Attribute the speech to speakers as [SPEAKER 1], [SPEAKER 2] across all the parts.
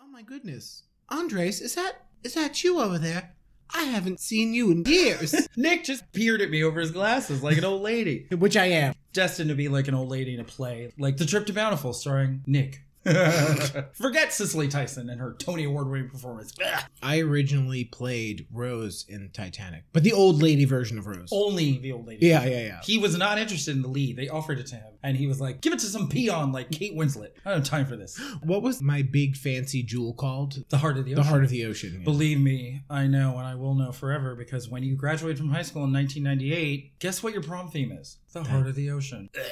[SPEAKER 1] Oh my goodness. Andres, is that is that you over there? I haven't seen you in years.
[SPEAKER 2] Nick just peered at me over his glasses like an old lady.
[SPEAKER 1] Which I am.
[SPEAKER 2] Destined to be like an old lady in a play, like The Trip to Bountiful, starring Nick. Forget Cicely Tyson and her Tony Award winning performance. Ugh.
[SPEAKER 1] I originally played Rose in Titanic, but the old lady version of Rose.
[SPEAKER 2] Only the old lady.
[SPEAKER 1] Yeah, yeah, yeah.
[SPEAKER 2] He was not interested in the lead. They offered it to him, and he was like, "Give it to some peon like Kate Winslet." I don't have time for this.
[SPEAKER 1] What was my big fancy jewel called?
[SPEAKER 2] The heart of the
[SPEAKER 1] The
[SPEAKER 2] ocean.
[SPEAKER 1] Heart of the Ocean. yeah.
[SPEAKER 2] Believe me, I know, and I will know forever because when you graduated from high school in 1998, guess what your prom theme is? The heart of the ocean. Ugh.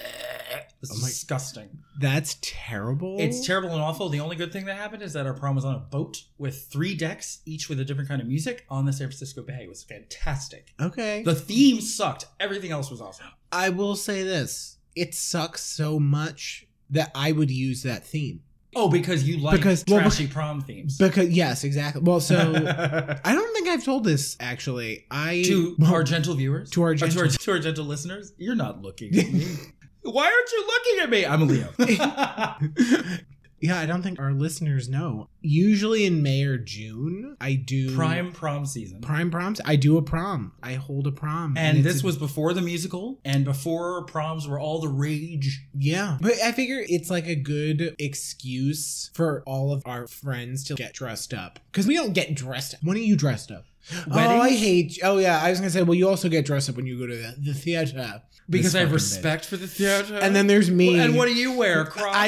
[SPEAKER 2] This
[SPEAKER 1] Oh
[SPEAKER 2] is
[SPEAKER 1] my-
[SPEAKER 2] disgusting.
[SPEAKER 1] That's terrible.
[SPEAKER 2] It's terrible and awful. The only good thing that happened is that our prom was on a boat with three decks, each with a different kind of music, on the San Francisco Bay. It was fantastic.
[SPEAKER 1] Okay.
[SPEAKER 2] The theme sucked. Everything else was awesome.
[SPEAKER 1] I will say this. It sucks so much that I would use that theme.
[SPEAKER 2] Oh, because you like
[SPEAKER 1] Because- well,
[SPEAKER 2] trashy prom themes.
[SPEAKER 1] Because yes, exactly. Well, so I don't think I've told this actually. I
[SPEAKER 2] to
[SPEAKER 1] well,
[SPEAKER 2] our gentle viewers,
[SPEAKER 1] to our
[SPEAKER 2] or to,
[SPEAKER 1] gentle-
[SPEAKER 2] our, to our gentle listeners, you're not looking. at me. Why aren't you looking at me? I'm a Leo.
[SPEAKER 1] Yeah, I don't think our listeners know. Usually in May or June, I do
[SPEAKER 2] Prime prom season.
[SPEAKER 1] prime proms. I do a prom. I hold a prom.
[SPEAKER 2] and
[SPEAKER 1] it's
[SPEAKER 2] this
[SPEAKER 1] a-
[SPEAKER 2] was before the musical and before proms were all the rage.
[SPEAKER 1] yeah. But I figure it's like a good excuse for all of our friends to get dressed up because we don't get dressed. up. When are you dressed up? Oh, I
[SPEAKER 2] Weddings?
[SPEAKER 1] hate. Oh, yeah. I was gonna say. Well, you also get dressed up when you go to the, the theater
[SPEAKER 2] Because
[SPEAKER 1] This
[SPEAKER 2] I have
[SPEAKER 1] fucking
[SPEAKER 2] respect for the theater.
[SPEAKER 1] bitch. And then there's me.
[SPEAKER 2] Well, and what do you wear?
[SPEAKER 1] I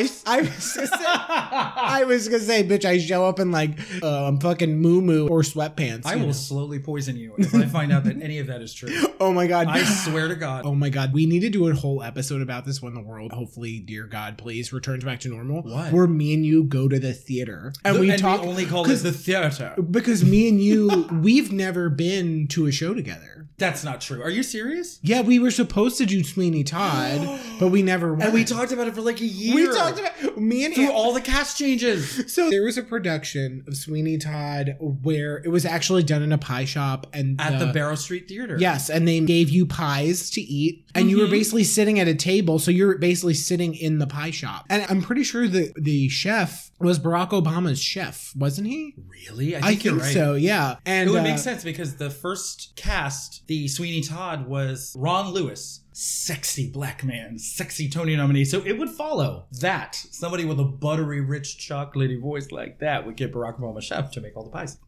[SPEAKER 2] Crocs.
[SPEAKER 1] I was gonna say, I was gonna say, bitch. I show up in like um fucking moo or sweatpants.
[SPEAKER 2] I
[SPEAKER 1] you
[SPEAKER 2] will
[SPEAKER 1] know.
[SPEAKER 2] slowly poison you if I find out that any of that is true.
[SPEAKER 1] Oh my god.
[SPEAKER 2] I swear to God.
[SPEAKER 1] Oh my god, we need to do a whole episode about this when the world, hopefully, dear God, please returns back to normal.
[SPEAKER 2] What?
[SPEAKER 1] Where me and you go to the theater and
[SPEAKER 2] The-
[SPEAKER 1] we talk
[SPEAKER 2] only call it
[SPEAKER 1] 'cause-
[SPEAKER 2] the theater.
[SPEAKER 1] because me and you, we've never been to a show together.
[SPEAKER 2] That's not true. Are you serious?
[SPEAKER 1] Yeah, we were supposed to do Sweeney Todd, but we never went.
[SPEAKER 2] And we talked about it for like a year.
[SPEAKER 1] We talked about me and
[SPEAKER 2] through
[SPEAKER 1] you.
[SPEAKER 2] all the cast changes.
[SPEAKER 1] So there was a production of Sweeney Todd where it was actually done in a pie shop and
[SPEAKER 2] At the Barrow Street Theater.
[SPEAKER 1] Yes, and they gave you pies to eat, and you were
[SPEAKER 2] Mhm.
[SPEAKER 1] basically sitting at a table, so you're basically sitting in the pie shop. And I'm pretty sure the the chef was Barack Obama's chef, wasn't he?
[SPEAKER 2] Really? I think, you're right.
[SPEAKER 1] so. Yeah, and
[SPEAKER 2] it would
[SPEAKER 1] uh,
[SPEAKER 2] make sense because the first cast, the Sweeney Todd, was Ron Lewis, sexy black man, sexy Tony nominee. So it would follow that somebody with a buttery, rich, chocolatey voice like that would get Barack Obama chef to make all the pies.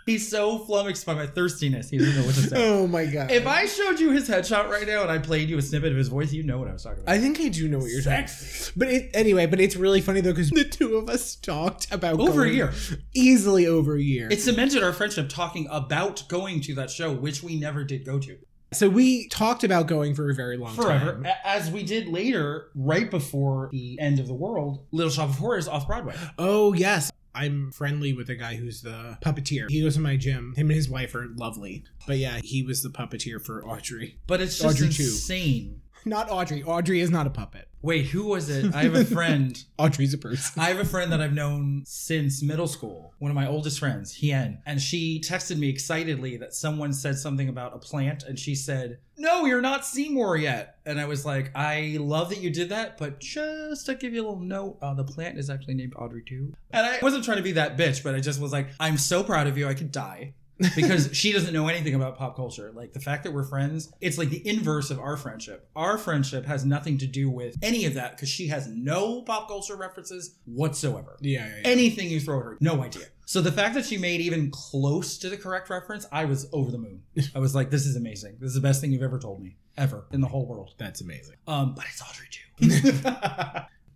[SPEAKER 2] He's so flummoxed by my thirstiness, he doesn't know what to say.
[SPEAKER 1] Oh my god!
[SPEAKER 2] If I showed you his headshot right now and I played you a snippet of his voice, you know what I was talking about.
[SPEAKER 1] I think I do know what you're saying.
[SPEAKER 2] Sexy.
[SPEAKER 1] But it, anyway, but it's really funny though because the two of us talked about
[SPEAKER 2] Over a
[SPEAKER 1] going-
[SPEAKER 2] year.
[SPEAKER 1] easily over a year.
[SPEAKER 2] It cemented our friendship talking about going to that show, which we never did go to.
[SPEAKER 1] so we talked about going for a very long
[SPEAKER 2] Forever.
[SPEAKER 1] time.
[SPEAKER 2] A- As we did later, right before the end of the world, Little Shop of Horrors off Broadway.
[SPEAKER 1] Oh yes. I'm friendly with the guy who's the puppeteer. He goes to my gym. Him and his wife are lovely. But yeah, he was the puppeteer for Audrey.
[SPEAKER 2] But it's just
[SPEAKER 1] Audrey too.
[SPEAKER 2] insane.
[SPEAKER 1] Not Audrey. Audrey is not a puppet.
[SPEAKER 2] Wait, who was it? I have a friend.
[SPEAKER 1] Audrey's a person.
[SPEAKER 2] I have a friend that I've known since middle school, one of my oldest friends, Hien, and she texted me excitedly that someone said something about a plant, and she said, No, you're not Seymour yet. And I was like, I love that you did that, but just to give you a little note, uh, the plant is actually named Audrey too. And I wasn't trying to be that bitch, but I just was like, I'm so proud of you, I could die. because she doesn't know anything about pop culture. Like the fact that we're friends, it's like the inverse of our friendship. Our friendship has nothing to do with any of that because she has no pop culture references whatsoever.
[SPEAKER 1] Yeah, yeah, yeah.
[SPEAKER 2] Anything you throw at her, no idea. So the fact that she made even close to the correct reference, I was over the moon. I was like, this is amazing. This is the best thing you've ever told me, ever, in the whole world.
[SPEAKER 1] That's amazing.
[SPEAKER 2] Um, but it's Audrey too.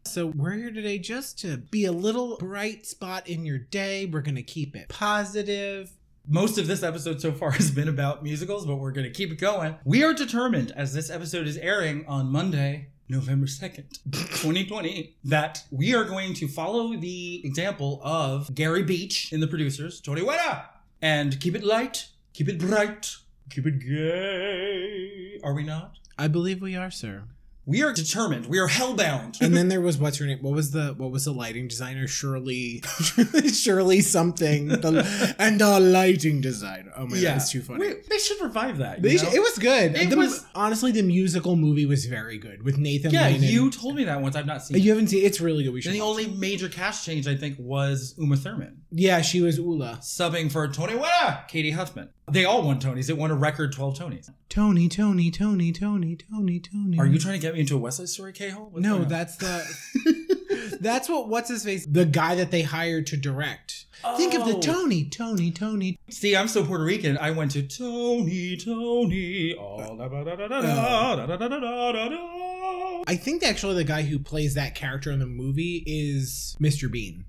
[SPEAKER 1] So we're here today just to be a little bright spot in your day. We're gonna keep it positive.
[SPEAKER 2] Most of this episode so far has been about musicals, but we're going to keep it going. We are determined, as this episode is airing on Monday, November 2nd, 2020, that we are going to follow the example of Gary Beach in The Producers, Tony Weta, and keep it light, keep it bright, keep it gay. Are we not?
[SPEAKER 1] I believe we are, sir.
[SPEAKER 2] We are determined. We are hellbound.
[SPEAKER 1] And then there was what's her name? What was the what was the lighting designer? Shirley, Shirley something. The, and our lighting designer. Oh my god, it's too funny.
[SPEAKER 2] We- they should revive that.
[SPEAKER 1] They
[SPEAKER 2] you
[SPEAKER 1] sh-
[SPEAKER 2] know?
[SPEAKER 1] it was good.
[SPEAKER 2] It
[SPEAKER 1] The-
[SPEAKER 2] was-
[SPEAKER 1] honestly the musical movie was very good with Nathan.
[SPEAKER 2] yeah,
[SPEAKER 1] Lane and-
[SPEAKER 2] you told me that once. I've not seen it.
[SPEAKER 1] You haven't seen it's really good. We should.
[SPEAKER 2] And the
[SPEAKER 1] watch
[SPEAKER 2] only
[SPEAKER 1] it.
[SPEAKER 2] major cast change, I think, was Uma Thurman
[SPEAKER 1] yeah, she was Ula.
[SPEAKER 2] subbing for Tony winner Katie Huffman. They all won Tonys. It won a record 12 Tonys.
[SPEAKER 1] Tony, Tony, Tony, Tony, Tony, Tony.
[SPEAKER 2] Are you trying to get me into a West Side Story K-hole? What's
[SPEAKER 1] No,
[SPEAKER 2] going on?
[SPEAKER 1] that's the. that's what. What's his face? The guy that they hired to direct. Think of the
[SPEAKER 2] Oh.
[SPEAKER 1] Tony, Tony, Tony.
[SPEAKER 2] See, I'm so Puerto Rican. I went to Tony, Tony. all da ba da da da
[SPEAKER 1] Oh.
[SPEAKER 2] da da da da da da da.
[SPEAKER 1] I think actually the guy who plays that character in the movie is Mr. Bean.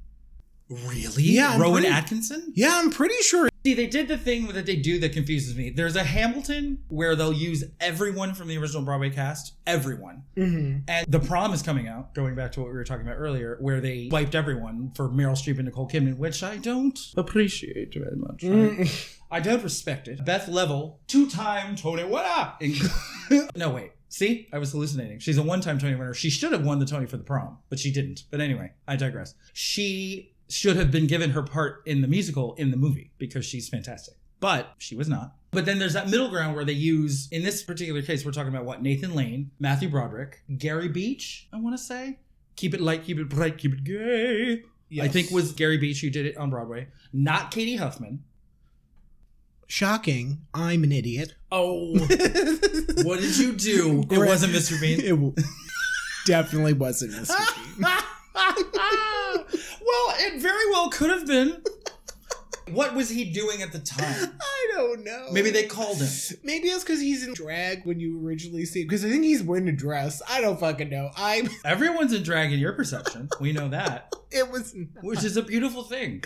[SPEAKER 2] Really?
[SPEAKER 1] Yeah, I'm
[SPEAKER 2] Rowan
[SPEAKER 1] pretty-
[SPEAKER 2] Atkinson?
[SPEAKER 1] Yeah, I'm pretty sure.
[SPEAKER 2] See, they did the thing that they do that confuses me. There's a Hamilton where they'll use everyone from the original Broadway cast, everyone. And The Prom is coming out, going back to what we were talking about earlier, where they wiped everyone for Meryl Streep and Nicole Kidman, which I don't appreciate very much. right?
[SPEAKER 1] Mm.
[SPEAKER 2] I don't respect it. Beth Level, two-time Tony winner. in- no, wait. See, I was hallucinating. She's a one-time Tony winner. She should have won the Tony for the prom, but she didn't. But anyway, I digress. She should have been given her part in the musical in the movie because she's fantastic. But she was not. But then there's that middle ground where they use, in this particular case, we're talking about what? Nathan Lane, Matthew Broderick, Gary Beach, I want to say. Keep it light, keep it bright, keep it gay. I
[SPEAKER 1] Yes.
[SPEAKER 2] think was Gary Beach who did it on Broadway, not Katie Huffman.
[SPEAKER 1] shocking. I'm an idiot.
[SPEAKER 2] Oh, What did you do? It
[SPEAKER 1] Gra-
[SPEAKER 2] wasn't Mr. Bean.
[SPEAKER 1] It w- definitely wasn't Mr. Bean.
[SPEAKER 2] well, it very well could have been. What was he doing at the time?
[SPEAKER 1] I don't know.
[SPEAKER 2] Maybe they called him.
[SPEAKER 1] Maybe it's because he's in drag when you originally see. Because I think he's wearing a dress. I don't fucking know. I.
[SPEAKER 2] Everyone's in drag in your perception. We know that,
[SPEAKER 1] It was.
[SPEAKER 2] which is a beautiful thing.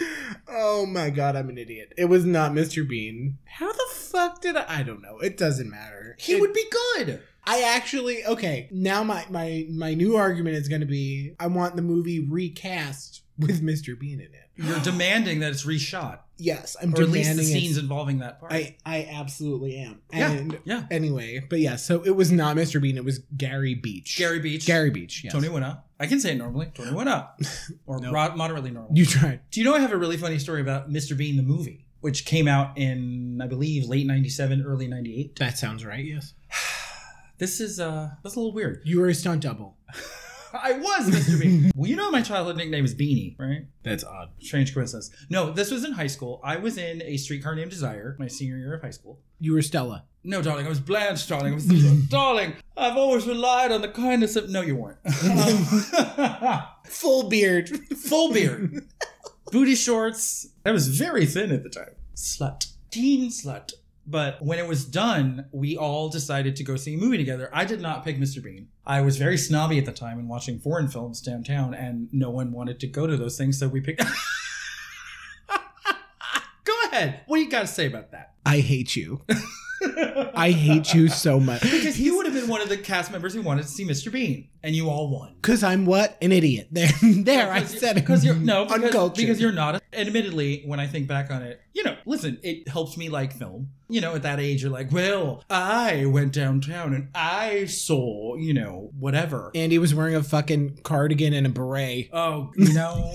[SPEAKER 1] Oh my god, I'm an idiot. It was not Mr. Bean. How the fuck did I? I don't know. It doesn't matter.
[SPEAKER 2] He
[SPEAKER 1] It-
[SPEAKER 2] would be good.
[SPEAKER 1] I actually okay. Now my my my new argument is going to be I want the movie recast with Mr. Bean in it.
[SPEAKER 2] You're demanding that it's reshot,
[SPEAKER 1] Yes, I'm
[SPEAKER 2] or at least
[SPEAKER 1] demanding
[SPEAKER 2] the
[SPEAKER 1] it.
[SPEAKER 2] scenes involving that part.
[SPEAKER 1] I I absolutely am.
[SPEAKER 2] Yeah.
[SPEAKER 1] And
[SPEAKER 2] yeah,
[SPEAKER 1] anyway, but yeah. So it was not Mr. Bean. It was Gary Beach.
[SPEAKER 2] Gary Beach,
[SPEAKER 1] Gary Beach. Yes.
[SPEAKER 2] Tony Winna. I can say it normally. Tony Winna, or
[SPEAKER 1] No.
[SPEAKER 2] rod- moderately normal.
[SPEAKER 1] You tried.
[SPEAKER 2] Do you know I have a really funny story about Mr. Bean the movie, which came out in I believe late '97, early '98.
[SPEAKER 1] That sounds right. Yes.
[SPEAKER 2] This is uh, that's a little weird.
[SPEAKER 1] You were a stunt double.
[SPEAKER 2] I was Mr. Bean. well, you know my childhood nickname is Beanie, right?
[SPEAKER 1] That's odd.
[SPEAKER 2] Strange coincidence. No, this was in high school. I was in a streetcar named Desire, my senior year of high school.
[SPEAKER 1] You were Stella.
[SPEAKER 2] No, darling, I was Blanche, darling. I was darling. I've always relied on the kindness of. No, you weren't. Um,
[SPEAKER 1] Full beard.
[SPEAKER 2] full beard, booty shorts. I was very thin at the time. Slut. Teen slut. But when it was done, we all decided to go see a movie together. I did not pick Mr. Bean. I was very snobby at the time and watching foreign films downtown, and no one wanted to go to those things, so we picked. go ahead. What do you got to say about that?
[SPEAKER 1] I hate you. I hate you so much.
[SPEAKER 2] Because he would have been one of the cast members who wanted to see Mr. Bean, and you all won.
[SPEAKER 1] Because I'm what? An idiot. There, there, I
[SPEAKER 2] Because you-
[SPEAKER 1] said it.
[SPEAKER 2] because you're no because,
[SPEAKER 1] Uncultured.
[SPEAKER 2] because you're not. Admittedly, when I think back on it, you know, listen, it helps me like film. You know, at that age, you're like, well, I went downtown and I saw, you know, whatever.
[SPEAKER 1] Andy was wearing a fucking cardigan and a beret.
[SPEAKER 2] oh, you know,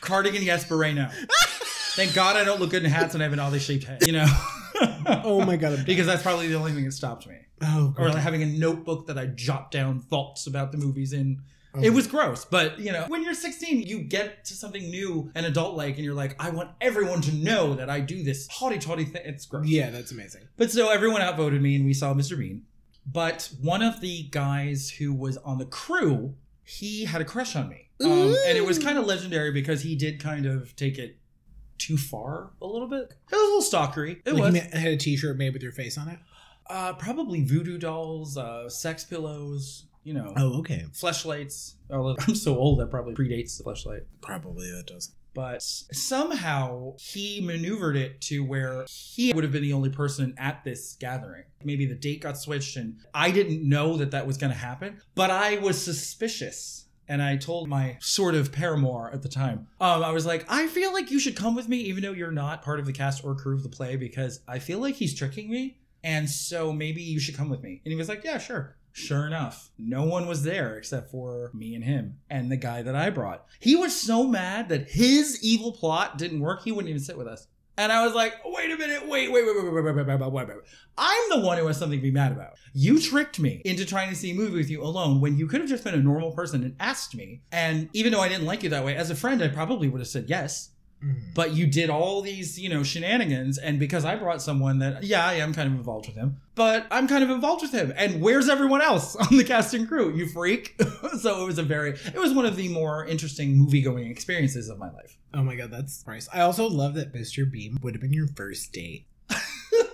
[SPEAKER 2] cardigan, yes, beret, no. Thank God I don't look good in hats and I have an oddly shaped head. You know.
[SPEAKER 1] Oh my god. I'm-
[SPEAKER 2] Because that's probably the only thing that stopped me.
[SPEAKER 1] oh,
[SPEAKER 2] Or
[SPEAKER 1] God.
[SPEAKER 2] like having a notebook that I jot down thoughts about the movies in.
[SPEAKER 1] Oh,
[SPEAKER 2] It was gross, but you know, when you're 16, you get to something new and adult like, and you're like, I want everyone to know that I do this haughty toddy thing. It's gross.
[SPEAKER 1] Oh. Yeah, that's amazing.
[SPEAKER 2] But so everyone outvoted me, and we saw Mr. Bean. But one of the guys who was on the crew, he had a crush on me. Um,
[SPEAKER 1] Ooh.
[SPEAKER 2] and it was kind of legendary because he did kind of take it too far a little bit. It was a little stalkery. It
[SPEAKER 1] Like,
[SPEAKER 2] was.
[SPEAKER 1] He ma- had a T-shirt made with your face on it.
[SPEAKER 2] Uh, probably voodoo dolls, uh, sex pillows, you know.
[SPEAKER 1] Oh, okay.
[SPEAKER 2] Fleshlights. Although I'm so old, that probably predates the fleshlight.
[SPEAKER 1] Probably that does.
[SPEAKER 2] But somehow he maneuvered it to where he would have been the only person at this gathering. Maybe the date got switched, and I didn't know that that was going to happen, but I was suspicious. And I told my sort of paramour at the time, um, I was like, I feel like you should come with me, even though you're not part of the cast or crew of the play, because I feel like he's tricking me. And so maybe you should come with me. And he was like, Yeah, sure. Sure enough, no one was there except for me and him and the guy that I brought. He was so mad that his evil plot didn't work, he wouldn't even sit with us. And I was like, wait a minute, wait, wait, wait, wait, wait, wait, wait, wait, wait, wait, wait. I'm the one who has something to be mad about. You tricked me into trying to see a movie with you alone when you could have just been a normal person and asked me. And even though I didn't like you that way, as a friend, I probably would have said yes
[SPEAKER 1] Mhm.
[SPEAKER 2] but you did all these you know shenanigans and because i brought someone that yeah i am kind of involved with him but i'm kind of involved with him and where's everyone else on the cast and crew you freak so it was a very it was one of the more interesting movie going experiences of my life
[SPEAKER 1] Oh my god, that's price. I also love that Mr. Beam would have been your first date.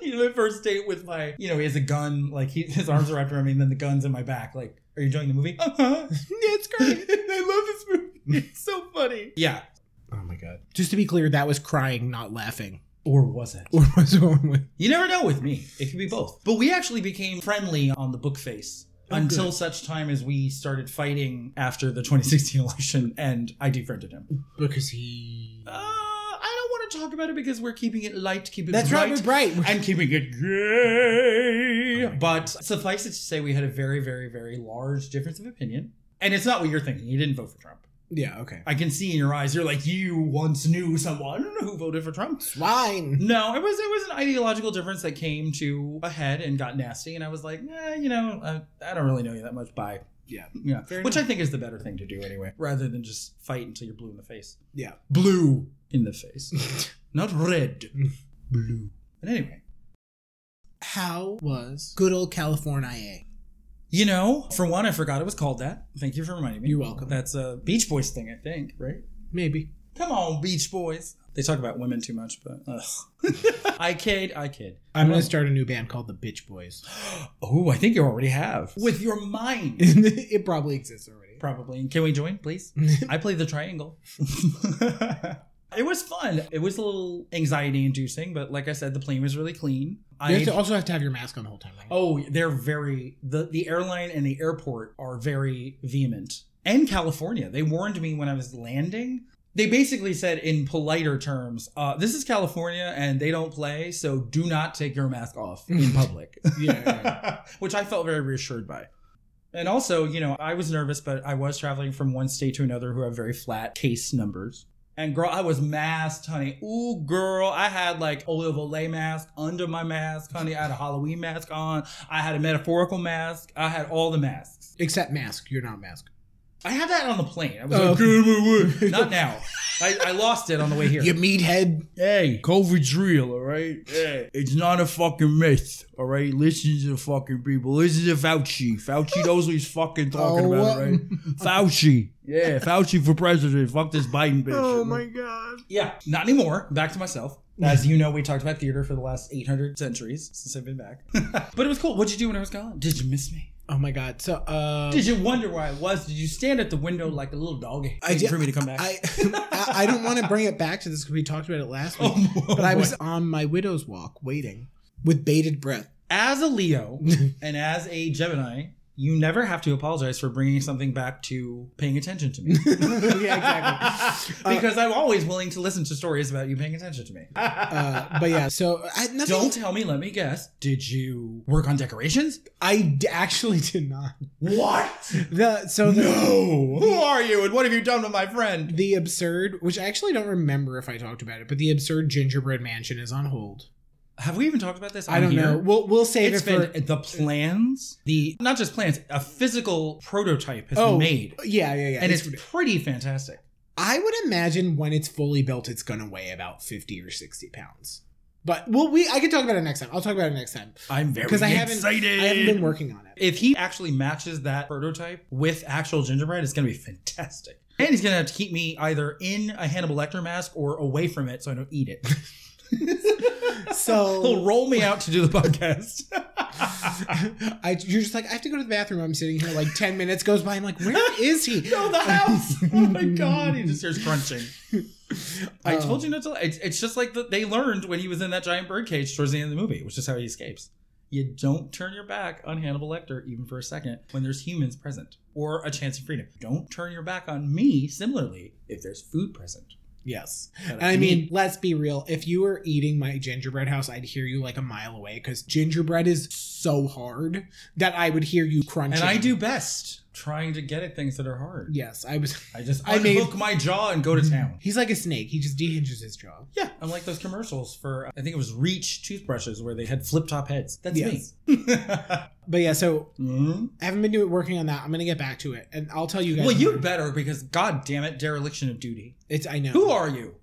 [SPEAKER 2] you know, the first date with my you know he has a gun like he, his arms are wrapped around me and then the gun's in my back like are you enjoying the movie uh-huh
[SPEAKER 1] it's
[SPEAKER 2] i love this movie it's so funny yeah
[SPEAKER 1] Oh my god. Just to be clear, that was crying, not laughing.
[SPEAKER 2] or was it
[SPEAKER 1] Or was it one with
[SPEAKER 2] You never know with me. It could be both. But we actually became friendly on the book face
[SPEAKER 1] Oh,
[SPEAKER 2] until
[SPEAKER 1] good.
[SPEAKER 2] such time as we started fighting after the 2016 election, and I defriended him.
[SPEAKER 1] because he.
[SPEAKER 2] Uh, I don't want to talk about it because we're keeping it light, keeping
[SPEAKER 1] That's
[SPEAKER 2] it
[SPEAKER 1] right,
[SPEAKER 2] right,
[SPEAKER 1] we're bright.
[SPEAKER 2] and keeping it
[SPEAKER 1] Oh
[SPEAKER 2] gay.
[SPEAKER 1] my
[SPEAKER 2] but suffice it to say, we had a very, very, very large difference of opinion. And it's not what you're thinking. You didn't vote for Trump.
[SPEAKER 1] yeah, okay.
[SPEAKER 2] I can see in your eyes, you're like, you once knew someone who voted for Trump.
[SPEAKER 1] Swine.
[SPEAKER 2] No, it was it was an ideological difference that came to a head and got nasty, and I was like, eh, you know, I, I don't really know you that much. Bye.
[SPEAKER 1] Yeah.
[SPEAKER 2] Yeah,
[SPEAKER 1] Fair
[SPEAKER 2] which
[SPEAKER 1] enough.
[SPEAKER 2] I think is the better thing to do anyway, rather than just fight until you're blue in the face.
[SPEAKER 1] Yeah.
[SPEAKER 2] blue in the face, not red, blue. But anyway,
[SPEAKER 1] How was good old California?
[SPEAKER 2] you know, for one, I forgot it was called that. Thank you for reminding me.
[SPEAKER 1] You're welcome.
[SPEAKER 2] That's a Beach Boys thing, I think, right?
[SPEAKER 1] Maybe.
[SPEAKER 2] Come on, Beach Boys. They talk about women too much, but ugh. I kid, I kid.
[SPEAKER 1] I'm going to start a new band called the Bitch Boys.
[SPEAKER 2] Oh, I think you already have. With your mind.
[SPEAKER 1] it probably exists already.
[SPEAKER 2] Probably. Can we join, please? I play the triangle. it was fun. It was a little anxiety inducing, but like I said, the plane was really clean.
[SPEAKER 1] you
[SPEAKER 2] I
[SPEAKER 1] have to also have to have your mask on the whole time. Right?
[SPEAKER 2] Oh, they're very the, the airline and the airport are very vehement. And California. They warned me when I was landing. They basically said in politer terms, uh, this is California and they don't play, so do not take your mask off in public.
[SPEAKER 1] yeah. yeah.
[SPEAKER 2] which I felt very reassured by. And also, you know, I was nervous, but I was traveling from one state to another who have very flat case numbers. And girl, I was masked, honey. Ooh, girl, I had like olive olay mask under my mask, honey. I had a Halloween mask on. I had a metaphorical mask. I had all the masks.
[SPEAKER 1] Except mask. You're not mask.
[SPEAKER 2] I had that on the plane. I was
[SPEAKER 1] Oh.
[SPEAKER 2] like, "Get out of my way." not now. I, I lost it on the way here.
[SPEAKER 1] You meathead.
[SPEAKER 2] Hey, COVID's real, all right? Yeah. It's not a fucking myth, all right? Listen to the fucking people. Listen to Fauci. Fauci knows what he's fucking
[SPEAKER 1] Oh,
[SPEAKER 2] talking about,
[SPEAKER 1] what?
[SPEAKER 2] right? Fauci. Yeah, Fauci for president. Fuck this Biden bitch.
[SPEAKER 1] Oh, god.
[SPEAKER 2] Yeah, not anymore. Back to myself. As you know, we talked about theater for the last 800 centuries since I've been back. but it was cool. What'd you do when I was gone? Did you miss me?
[SPEAKER 1] Oh my god. So, uh.
[SPEAKER 2] Did you wonder where I was? Did you stand at the window like a little doggy
[SPEAKER 1] I
[SPEAKER 2] waiting
[SPEAKER 1] did-
[SPEAKER 2] for me to come back?
[SPEAKER 1] I, I I don't want to bring it back to this because we talked about it last week.
[SPEAKER 2] Oh,
[SPEAKER 1] but I
[SPEAKER 2] boy.
[SPEAKER 1] was on my widow's walk waiting with bated breath.
[SPEAKER 2] as a Leo and as a Gemini, you never have to apologize for bringing something back to paying attention to me.
[SPEAKER 1] yeah, exactly. Uh,
[SPEAKER 2] because I'm always willing to listen to stories about you paying attention to me.
[SPEAKER 1] Uh, but yeah, so I, nothing,
[SPEAKER 2] Don't tell me, let me guess. Did you work on decorations?
[SPEAKER 1] I d- actually did not.
[SPEAKER 2] What?
[SPEAKER 1] The so the,
[SPEAKER 2] No. Who are you and what have you done to my friend?
[SPEAKER 1] the absurd, which I actually don't remember if I talked about it, but the absurd gingerbread mansion is on hold.
[SPEAKER 2] Have we even talked about this?
[SPEAKER 1] I
[SPEAKER 2] on
[SPEAKER 1] don't
[SPEAKER 2] here?
[SPEAKER 1] know. We'll we'll save
[SPEAKER 2] It's
[SPEAKER 1] it for
[SPEAKER 2] been the plans, the not just plans, a physical prototype has
[SPEAKER 1] Oh,
[SPEAKER 2] been made.
[SPEAKER 1] yeah yeah yeah.
[SPEAKER 2] And it's
[SPEAKER 1] It's-
[SPEAKER 2] pretty fantastic.
[SPEAKER 1] I would imagine when it's fully built, it's gonna weigh about fifty or sixty pounds. But well, we I can talk about it next time. I'll talk about it next time.
[SPEAKER 2] I'm very
[SPEAKER 1] 'Cause I haven't- I
[SPEAKER 2] excited.
[SPEAKER 1] haven't been working on it.
[SPEAKER 2] If he actually matches that prototype with actual gingerbread, it's going to be fantastic. And he's going to have to keep me either in a Hannibal Lecter mask or away from it so I don't eat it. He'll
[SPEAKER 1] So
[SPEAKER 2] roll me out to do the podcast.
[SPEAKER 1] I, you're just like I have to go to the bathroom. I'm sitting here like ten minutes goes by. I'm like, where is he?
[SPEAKER 2] no, the house. Oh my God. He just hears crunching. I
[SPEAKER 1] Um, Oh.
[SPEAKER 2] told you not to. It's, it's just like the, they learned when he was in that giant birdcage towards the end of the movie, which is how he escapes. You don't turn your back on Hannibal Lecter even for a second when there's humans present or a chance of freedom. Don't turn your back on me similarly if there's food present.
[SPEAKER 1] Yes.
[SPEAKER 2] that
[SPEAKER 1] I
[SPEAKER 2] eat.
[SPEAKER 1] mean, let's be real. If you were eating my gingerbread house, I'd hear you like a mile away because gingerbread is so hard that I would hear you crunching.
[SPEAKER 2] and I do best trying to get at things that are hard.
[SPEAKER 1] Yes, I was.
[SPEAKER 2] I just
[SPEAKER 1] I made- Mm-hmm.
[SPEAKER 2] unhook my jaw and go to town.
[SPEAKER 1] He's like a snake. He just dehinges his jaw.
[SPEAKER 2] Yeah, I'm like those commercials for I think it was Reach toothbrushes where they had flip top heads. That's
[SPEAKER 1] Yes.
[SPEAKER 2] me.
[SPEAKER 1] But yeah, so
[SPEAKER 2] Mhm.
[SPEAKER 1] I haven't been doing working on that. I'm gonna get back to it, and I'll tell you guys.
[SPEAKER 2] Well, you
[SPEAKER 1] more.
[SPEAKER 2] better because god damn it, dereliction of duty.
[SPEAKER 1] It's I know.
[SPEAKER 2] Who are you?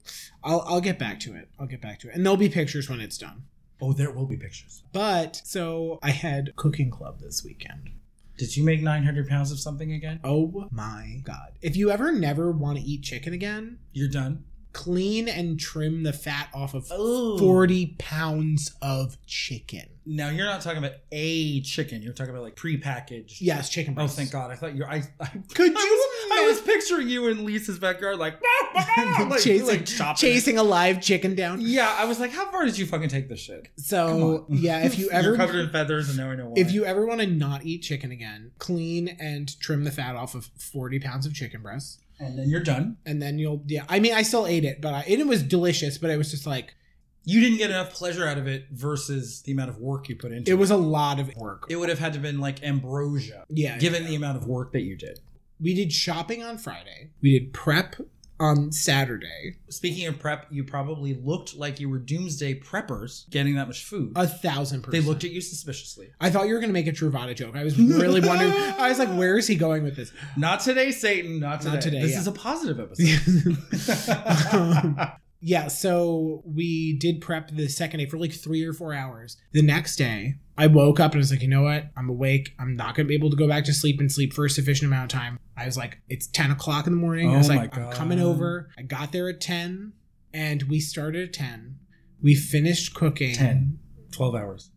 [SPEAKER 1] I'll I'll get back to it. I'll get back to it, and there'll be pictures when it's done.
[SPEAKER 2] Oh, there will be pictures.
[SPEAKER 1] But so I had cooking club this weekend.
[SPEAKER 2] Did you make 900 pounds of something again?
[SPEAKER 1] Oh my god! If you ever never want to eat chicken again,
[SPEAKER 2] You're done.
[SPEAKER 1] clean and trim the fat off of
[SPEAKER 2] Oh.
[SPEAKER 1] 40 pounds of chicken.
[SPEAKER 2] Now you're not talking about a chicken. You're talking about like prepackaged.
[SPEAKER 1] Yes, chicken
[SPEAKER 2] Oh,
[SPEAKER 1] breast.
[SPEAKER 2] thank God! I thought you. I. I
[SPEAKER 1] Could
[SPEAKER 2] I
[SPEAKER 1] you
[SPEAKER 2] was, I was picturing you in Lisa's backyard, like, like
[SPEAKER 1] Chasing-
[SPEAKER 2] like chopping it.
[SPEAKER 1] chasing a live chicken down?
[SPEAKER 2] Yeah, I was like, how far did you fucking take this shit?
[SPEAKER 1] So,
[SPEAKER 2] Come on.
[SPEAKER 1] Oh, yeah, if you
[SPEAKER 2] you're covered
[SPEAKER 1] ever
[SPEAKER 2] in feathers, and now I know why.
[SPEAKER 1] if you ever want to not eat chicken again, clean and trim the fat off of 40 pounds of chicken breast.
[SPEAKER 2] and then you're done.
[SPEAKER 1] And then you'll, yeah. I mean, I still ate it, but I, and it was delicious, but it was just like,
[SPEAKER 2] You didn't get enough pleasure out of it versus the amount of work you put into
[SPEAKER 1] it
[SPEAKER 2] it.
[SPEAKER 1] was a lot of work.
[SPEAKER 2] It would have had to been like ambrosia,
[SPEAKER 1] yeah.
[SPEAKER 2] given the amount of work that you did.
[SPEAKER 1] we did shopping on Friday, we did prep on Saturday.
[SPEAKER 2] Speaking of prep, you probably looked like you were doomsday preppers getting that much food.
[SPEAKER 1] A thousand
[SPEAKER 2] they
[SPEAKER 1] percent.
[SPEAKER 2] looked at you suspiciously.
[SPEAKER 1] I thought you were gonna make a Truvada joke. I was really wondering. I was like, "Where is he going with this?"
[SPEAKER 2] Not today, Satan. Not today.
[SPEAKER 1] Not today,
[SPEAKER 2] this
[SPEAKER 1] yeah.
[SPEAKER 2] is a positive episode.
[SPEAKER 1] Um, yeah. So we did prep the second day for like three or four hours. The next day, I woke up and I was like, "You know what? I'm awake. I'm not gonna be able to go back to sleep and sleep for a sufficient amount of time." I was like, "It's ten o'clock in the morning." I
[SPEAKER 2] Oh
[SPEAKER 1] was
[SPEAKER 2] my
[SPEAKER 1] like, "I'm
[SPEAKER 2] God.
[SPEAKER 1] coming over." I got there at ten, and we started at ten. We finished cooking.
[SPEAKER 2] 10, 12 hours.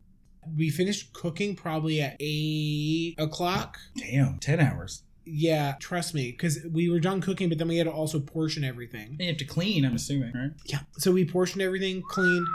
[SPEAKER 1] We finished cooking probably at eight o'clock.
[SPEAKER 2] Damn, 10 hours.
[SPEAKER 1] Yeah, trust me, because we were done cooking, but then we had to also portion everything.
[SPEAKER 2] And you have to clean, I'm assuming, right?
[SPEAKER 1] Yeah. So we portioned everything, cleaned.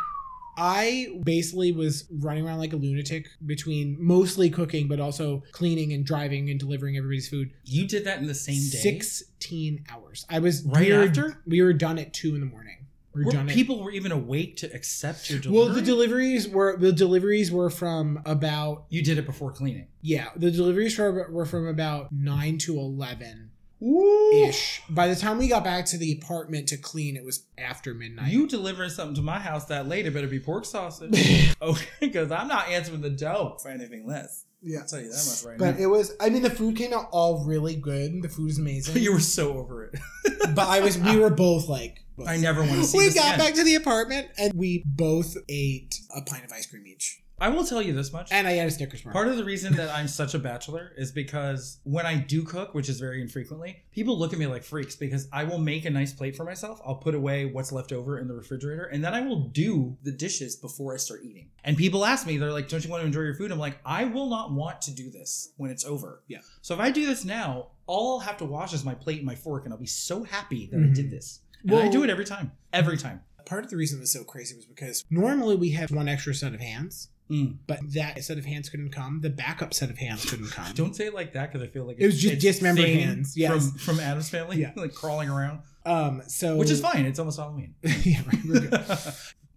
[SPEAKER 1] I basically was running around like a lunatic between mostly cooking, but also cleaning and driving and delivering everybody's food.
[SPEAKER 2] You did that in the same day.
[SPEAKER 1] 16 hours. I was
[SPEAKER 2] Right
[SPEAKER 1] we were-
[SPEAKER 2] after?
[SPEAKER 1] We were done at two in the morning. We were,
[SPEAKER 2] Were
[SPEAKER 1] done
[SPEAKER 2] people were even awake to accept your
[SPEAKER 1] at.
[SPEAKER 2] delivery.
[SPEAKER 1] Well, the deliveries were the deliveries were from about
[SPEAKER 2] you did it before cleaning.
[SPEAKER 1] yeah the deliveries were, were from about nine to eleven
[SPEAKER 2] Ooh.
[SPEAKER 1] ish. By the time we got back to the apartment to clean, it was after midnight.
[SPEAKER 2] You delivering something to my house that late, it better be pork sausage. okay, because I'm not answering the dough for anything less.
[SPEAKER 1] yeah.
[SPEAKER 2] I'll tell you that much right
[SPEAKER 1] But
[SPEAKER 2] now.
[SPEAKER 1] it was. I mean, the food came out all really good. The food is amazing.
[SPEAKER 2] you were so over it.
[SPEAKER 1] but I was. We were both like.
[SPEAKER 2] I never want to see
[SPEAKER 1] We
[SPEAKER 2] this
[SPEAKER 1] got
[SPEAKER 2] again.
[SPEAKER 1] back to the apartment and we both ate a pint of ice cream each,
[SPEAKER 2] I will tell you this much.
[SPEAKER 1] and I had a Snickers bar.
[SPEAKER 2] Part of the reason that I'm such a bachelor is because when I do cook, which is very infrequently, people look at me like freaks because I will make a nice plate for myself. I'll put away what's left over in the refrigerator and then I will do the dishes before I start eating. And people ask me, they're like, don't you want to enjoy your food? I'm like, I will not want to do this when it's over.
[SPEAKER 1] Yeah.
[SPEAKER 2] So if I do this now, all I'll have to wash is my plate and my fork and I'll be so happy that I
[SPEAKER 1] Mhm.
[SPEAKER 2] did this. And I
[SPEAKER 1] Well-
[SPEAKER 2] do it every time. Every time.
[SPEAKER 1] Part of the reason it was so crazy was because normally we have one extra set of hands,
[SPEAKER 2] Mm.
[SPEAKER 1] but that set of hands couldn't come. The backup set of hands couldn't come.
[SPEAKER 2] Don't say it like that because I feel like
[SPEAKER 1] It was just
[SPEAKER 2] it's
[SPEAKER 1] dismembered
[SPEAKER 2] Satan
[SPEAKER 1] hands, yes.
[SPEAKER 2] From, from Adam's family,
[SPEAKER 1] Yeah.
[SPEAKER 2] like crawling around.
[SPEAKER 1] um. So
[SPEAKER 2] Which is fine. It's almost Halloween.
[SPEAKER 1] yeah, right, we're good.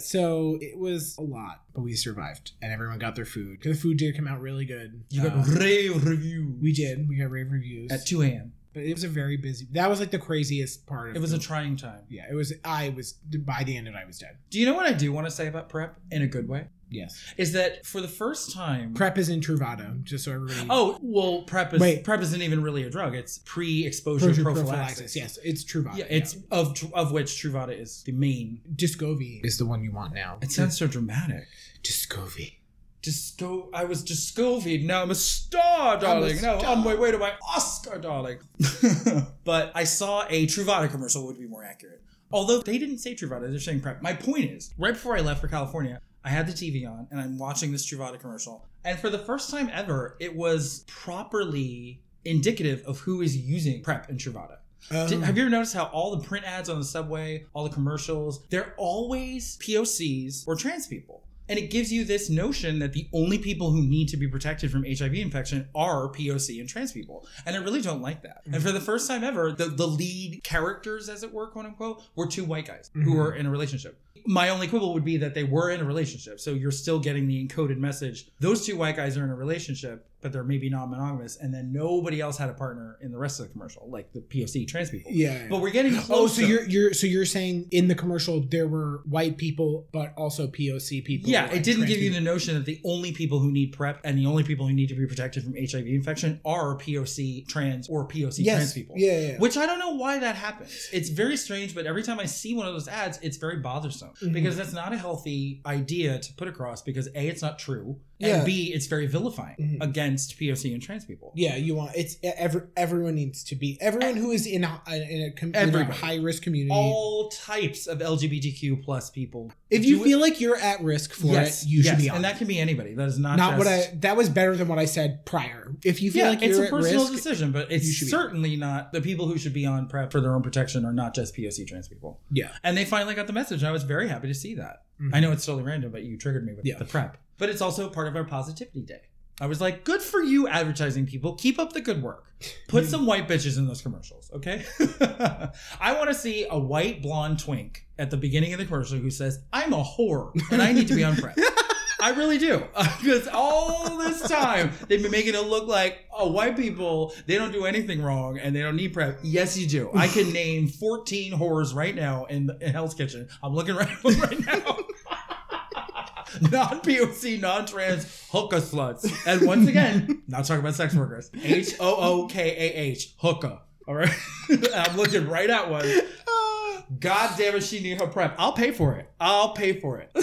[SPEAKER 1] So it was a lot, but we survived, and everyone got their food. The food did come out really good.
[SPEAKER 2] you
[SPEAKER 1] Um,
[SPEAKER 2] got rave review.
[SPEAKER 1] we did. We got rave reviews.
[SPEAKER 2] at 2 a.m.
[SPEAKER 1] but it was a very busy. That was like the craziest part. Of
[SPEAKER 2] It was a
[SPEAKER 1] the-
[SPEAKER 2] trying time.
[SPEAKER 1] yeah. It was. I was by the end of it, I was dead.
[SPEAKER 2] Do you know what I do want to say about prep in a good way?
[SPEAKER 1] Yes.
[SPEAKER 2] Is that for the first time.
[SPEAKER 1] Prep is in Truvado, just so everybody.
[SPEAKER 2] Oh, well, prep is.
[SPEAKER 1] Wait.
[SPEAKER 2] Prep isn't even really a drug. It's pre exposure
[SPEAKER 1] Exposure
[SPEAKER 2] prophylaxis.
[SPEAKER 1] Yes, it's Truvada.
[SPEAKER 2] Yeah, it's of tr- of which Truvada is the main.
[SPEAKER 1] Discovy is the one you want now.
[SPEAKER 2] It sounds so dramatic.
[SPEAKER 1] Discovy.
[SPEAKER 2] Disco. I was discovied. Now I'm a star, darling. Now
[SPEAKER 1] star.
[SPEAKER 2] on my way to my Oscar, darling. but I saw a Truvada commercial would be more accurate. Although they didn't say Truvada, they're saying prep. My point is, right before I left for California, I had the TV on and I'm watching this Truvada commercial. And for the first time ever, it was properly indicative of who is using prep and Truvada.
[SPEAKER 1] Um,
[SPEAKER 2] Did- have you ever noticed how all the print ads on the subway, all the commercials, they're always POCs or trans people? And it gives you this notion that the only people who need to be protected from HIV infection are POC and trans people. And I really don't like that. And for the first time ever, the, the lead characters, as it were, quote unquote, were two white guys who
[SPEAKER 1] Mhm.
[SPEAKER 2] were in a relationship. My only quibble would be that they were in a relationship. So you're still getting the encoded message. Those two white guys are in a relationship, but they're maybe non monogamous. And then nobody else had a partner in the rest of the commercial, like the POC trans people.
[SPEAKER 1] Yeah.
[SPEAKER 2] But we're getting close.
[SPEAKER 1] Oh, so
[SPEAKER 2] to-
[SPEAKER 1] you're you're so you're saying in the commercial there were white people, but also POC people.
[SPEAKER 2] Yeah,
[SPEAKER 1] and
[SPEAKER 2] it didn't
[SPEAKER 1] trans
[SPEAKER 2] give you the
[SPEAKER 1] people.
[SPEAKER 2] notion that the only people who need PrEP and the only people who need to be protected from HIV infection are POC trans or POC
[SPEAKER 1] yes,
[SPEAKER 2] trans people.
[SPEAKER 1] Yeah, yeah, yeah.
[SPEAKER 2] Which I don't know why that happens. It's very strange, but every time I see one of those ads, it's very bothersome
[SPEAKER 1] Mhm.
[SPEAKER 2] because that's not a healthy idea to put across because A, it's not true, and
[SPEAKER 1] Yeah.
[SPEAKER 2] B, it's very vilifying
[SPEAKER 1] Mhm.
[SPEAKER 2] against POC and trans people.
[SPEAKER 1] Yeah, you want it's e, every, everyone needs to be everyone who is in a, in a, com- in a
[SPEAKER 2] Everybody.
[SPEAKER 1] high risk community.
[SPEAKER 2] All types of LGBTQ plus people.
[SPEAKER 1] if you
[SPEAKER 2] do it-
[SPEAKER 1] feel like you're at risk for it, you should be on.
[SPEAKER 2] And that can be anybody. That is not
[SPEAKER 1] not what
[SPEAKER 2] just-
[SPEAKER 1] I that was better than what I said prior. If you feel
[SPEAKER 2] yeah,
[SPEAKER 1] like you're
[SPEAKER 2] it's a
[SPEAKER 1] at
[SPEAKER 2] personal
[SPEAKER 1] risk,
[SPEAKER 2] decision, but
[SPEAKER 1] you
[SPEAKER 2] it's
[SPEAKER 1] should be-
[SPEAKER 2] certainly not the people who should be on PrEP for their own protection are not just POC trans people.
[SPEAKER 1] Yeah.
[SPEAKER 2] And they finally got the message, and I was very happy to see that.
[SPEAKER 1] Mhm.
[SPEAKER 2] I know it's totally random, but you triggered me with
[SPEAKER 1] Yeah.
[SPEAKER 2] the PrEP. But it's also part of our positivity day. I was like, good for you, advertising people. Keep up the good work. Put some white bitches in those commercials, okay? I want to see a white blonde twink at the beginning of the commercial who says, I'm a whore and I need to be on PrEP. I really do. Because all this time, they've been making it look like, oh, white people, they don't do anything wrong and they don't need PrEP. Yes, you do. I can name 14 whores right now in, the, in Hell's Kitchen. I'm looking right, right now. non POC, non trans hookah sluts. And once again, not talking about sex workers. H O O K A H, hookah. All right. I'm looking right at one. God damn it, she need her prep. I'll pay for it. I'll pay for it.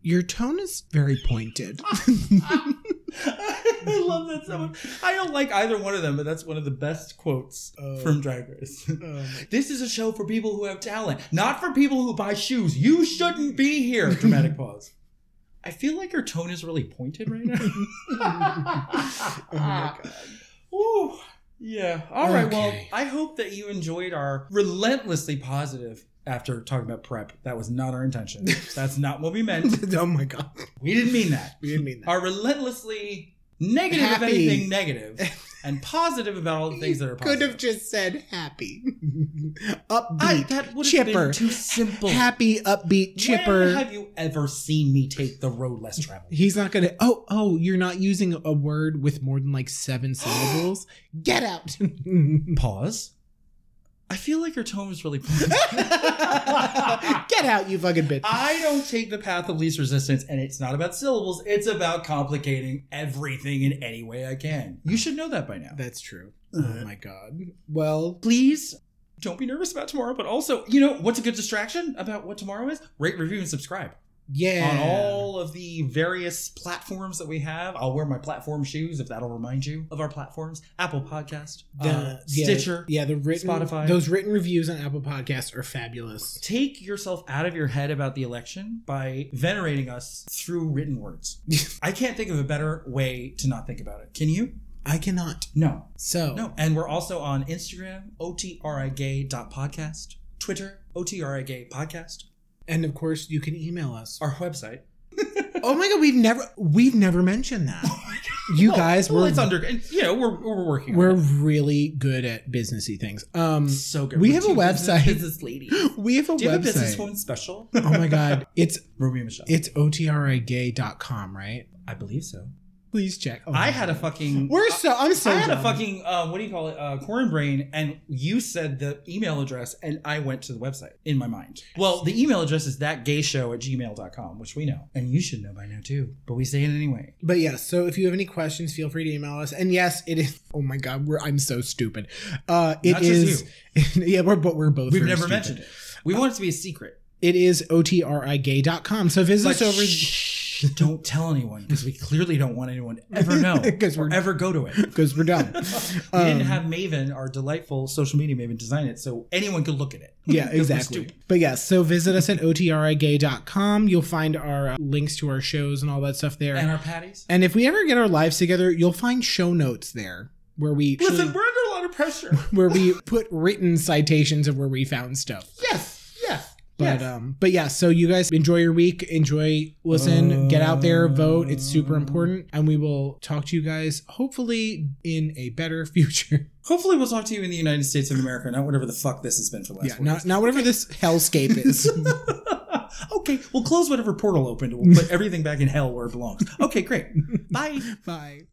[SPEAKER 1] your tone is very pointed. Oh
[SPEAKER 2] I love that so much. I don't like either one of them, but that's one of the best quotes
[SPEAKER 1] Oh.
[SPEAKER 2] from Drag Race.
[SPEAKER 1] Um,
[SPEAKER 2] This is a show for people who have talent, not for people who buy shoes. You shouldn't be here. Dramatic pause. I feel like your tone is really pointed right now. oh
[SPEAKER 1] my God.
[SPEAKER 2] Ooh, yeah. All right.
[SPEAKER 1] Okay.
[SPEAKER 2] Well, I hope that you enjoyed our relentlessly positive after talking about prep. That was not our intention. That's not what we meant.
[SPEAKER 1] oh my god,
[SPEAKER 2] We didn't mean that.
[SPEAKER 1] we didn't mean that.
[SPEAKER 2] Are relentlessly negative
[SPEAKER 1] Happy.
[SPEAKER 2] of anything negative and positive about all the things that are
[SPEAKER 1] Could
[SPEAKER 2] positive.
[SPEAKER 1] have just said happy,
[SPEAKER 2] I,
[SPEAKER 1] upbeat,
[SPEAKER 2] that would have
[SPEAKER 1] chipper,
[SPEAKER 2] been too simple.
[SPEAKER 1] happy, upbeat,
[SPEAKER 2] When
[SPEAKER 1] chipper.
[SPEAKER 2] have you ever seen me take the road less traveled?
[SPEAKER 1] He's not gonna. Oh, oh, you're not using a word with more than like seven syllables. Get out.
[SPEAKER 2] Pause. I feel like your tone was really.
[SPEAKER 1] Get out, you fucking bitch.
[SPEAKER 2] I don't take the path of least resistance, and it's not about syllables. It's about complicating everything in any way I can. You should know that by now.
[SPEAKER 1] That's true. Oh my god. Well,
[SPEAKER 2] Please don't be nervous about tomorrow, but also, you know, what's a good distraction about what tomorrow is? Rate, review, and subscribe.
[SPEAKER 1] yeah.
[SPEAKER 2] on all of the various platforms that we have. I'll wear my platform shoes if that'll remind you of our platforms. Apple Podcast,
[SPEAKER 1] the
[SPEAKER 2] uh,
[SPEAKER 1] yeah,
[SPEAKER 2] Stitcher.
[SPEAKER 1] yeah, the written
[SPEAKER 2] Spotify.
[SPEAKER 1] Those written reviews on Apple Podcasts are fabulous.
[SPEAKER 2] Take yourself out of your head about the election by venerating us through written words. I can't think of a better way to not think about it. Can you?
[SPEAKER 1] I cannot.
[SPEAKER 2] No.
[SPEAKER 1] So
[SPEAKER 2] No. And we're also on Instagram, OTRIGay.podcast, Twitter, OTRIGay podcast,
[SPEAKER 1] and of course you can email us.
[SPEAKER 2] our website.
[SPEAKER 1] oh my god, we've never we've never mentioned that. you guys
[SPEAKER 2] Oh well,
[SPEAKER 1] we're
[SPEAKER 2] it's under, and, you know, we're, we're working
[SPEAKER 1] we're um,
[SPEAKER 2] on
[SPEAKER 1] really good at businessy things. Um
[SPEAKER 2] it. so good.
[SPEAKER 1] we
[SPEAKER 2] We're
[SPEAKER 1] have a
[SPEAKER 2] two
[SPEAKER 1] website.
[SPEAKER 2] Business, business ladies.
[SPEAKER 1] we have a
[SPEAKER 2] Do you have a
[SPEAKER 1] website.
[SPEAKER 2] businesswoman special?
[SPEAKER 1] oh my god. It's
[SPEAKER 2] Romeo and Michelle.
[SPEAKER 1] it's otrigay.com, right?
[SPEAKER 2] I believe so.
[SPEAKER 1] Please check. Oh
[SPEAKER 2] I
[SPEAKER 1] my
[SPEAKER 2] had a
[SPEAKER 1] God.
[SPEAKER 2] fucking.
[SPEAKER 1] We're
[SPEAKER 2] I-
[SPEAKER 1] so I'm so
[SPEAKER 2] I had a
[SPEAKER 1] dumb.
[SPEAKER 2] fucking uh, what do you call it? Uh, corn brain, and you said the email address, and I went to the website in my mind. Well, the email address is thatgayshow at gmail.com, which we know, and you should know by now too. But we say it anyway.
[SPEAKER 1] But yes, so if you have any questions, feel free to email us. And yes, it is. Oh my god, we're I'm so stupid. Uh, it
[SPEAKER 2] Not just
[SPEAKER 1] is. yeah, we're but we're both.
[SPEAKER 2] We've
[SPEAKER 1] very
[SPEAKER 2] never
[SPEAKER 1] stupid.
[SPEAKER 2] mentioned it. We want it to be a secret.
[SPEAKER 1] It is otrigay.com. So visit us
[SPEAKER 2] But
[SPEAKER 1] over
[SPEAKER 2] shh, don't tell anyone because we clearly don't want anyone to ever know
[SPEAKER 1] 'Cause
[SPEAKER 2] or
[SPEAKER 1] we're-
[SPEAKER 2] ever go to it.
[SPEAKER 1] because we're dumb.
[SPEAKER 2] We
[SPEAKER 1] Um,
[SPEAKER 2] didn't have Maven, our delightful social media Maven, design it, so anyone could look at it.
[SPEAKER 1] yeah,
[SPEAKER 2] 'Cause we're
[SPEAKER 1] exactly.
[SPEAKER 2] stupid.
[SPEAKER 1] But yes, so visit us at otrigay.com. You'll find our uh, links to our shows and all that stuff there.
[SPEAKER 2] And
[SPEAKER 1] And,
[SPEAKER 2] our patties.
[SPEAKER 1] if we ever get our lives together, you'll find show notes there where we
[SPEAKER 2] Listen, we're under a lot of pressure.
[SPEAKER 1] where we put written citations of where we found stuff.
[SPEAKER 2] yes, yes.
[SPEAKER 1] But
[SPEAKER 2] Yes.
[SPEAKER 1] um but yeah, so you guys enjoy your week, enjoy listen, get out there, vote. It's super important and we will talk to you guys hopefully in a better future.
[SPEAKER 2] Hopefully, we'll talk to you in the United States of America, not whatever the fuck this has been for the last
[SPEAKER 1] yeah,
[SPEAKER 2] four
[SPEAKER 1] not not whatever this hellscape is.
[SPEAKER 2] years. okay, we'll close whatever portal opened. We'll put everything back in hell where it belongs. Okay, great. Bye.
[SPEAKER 1] Bye.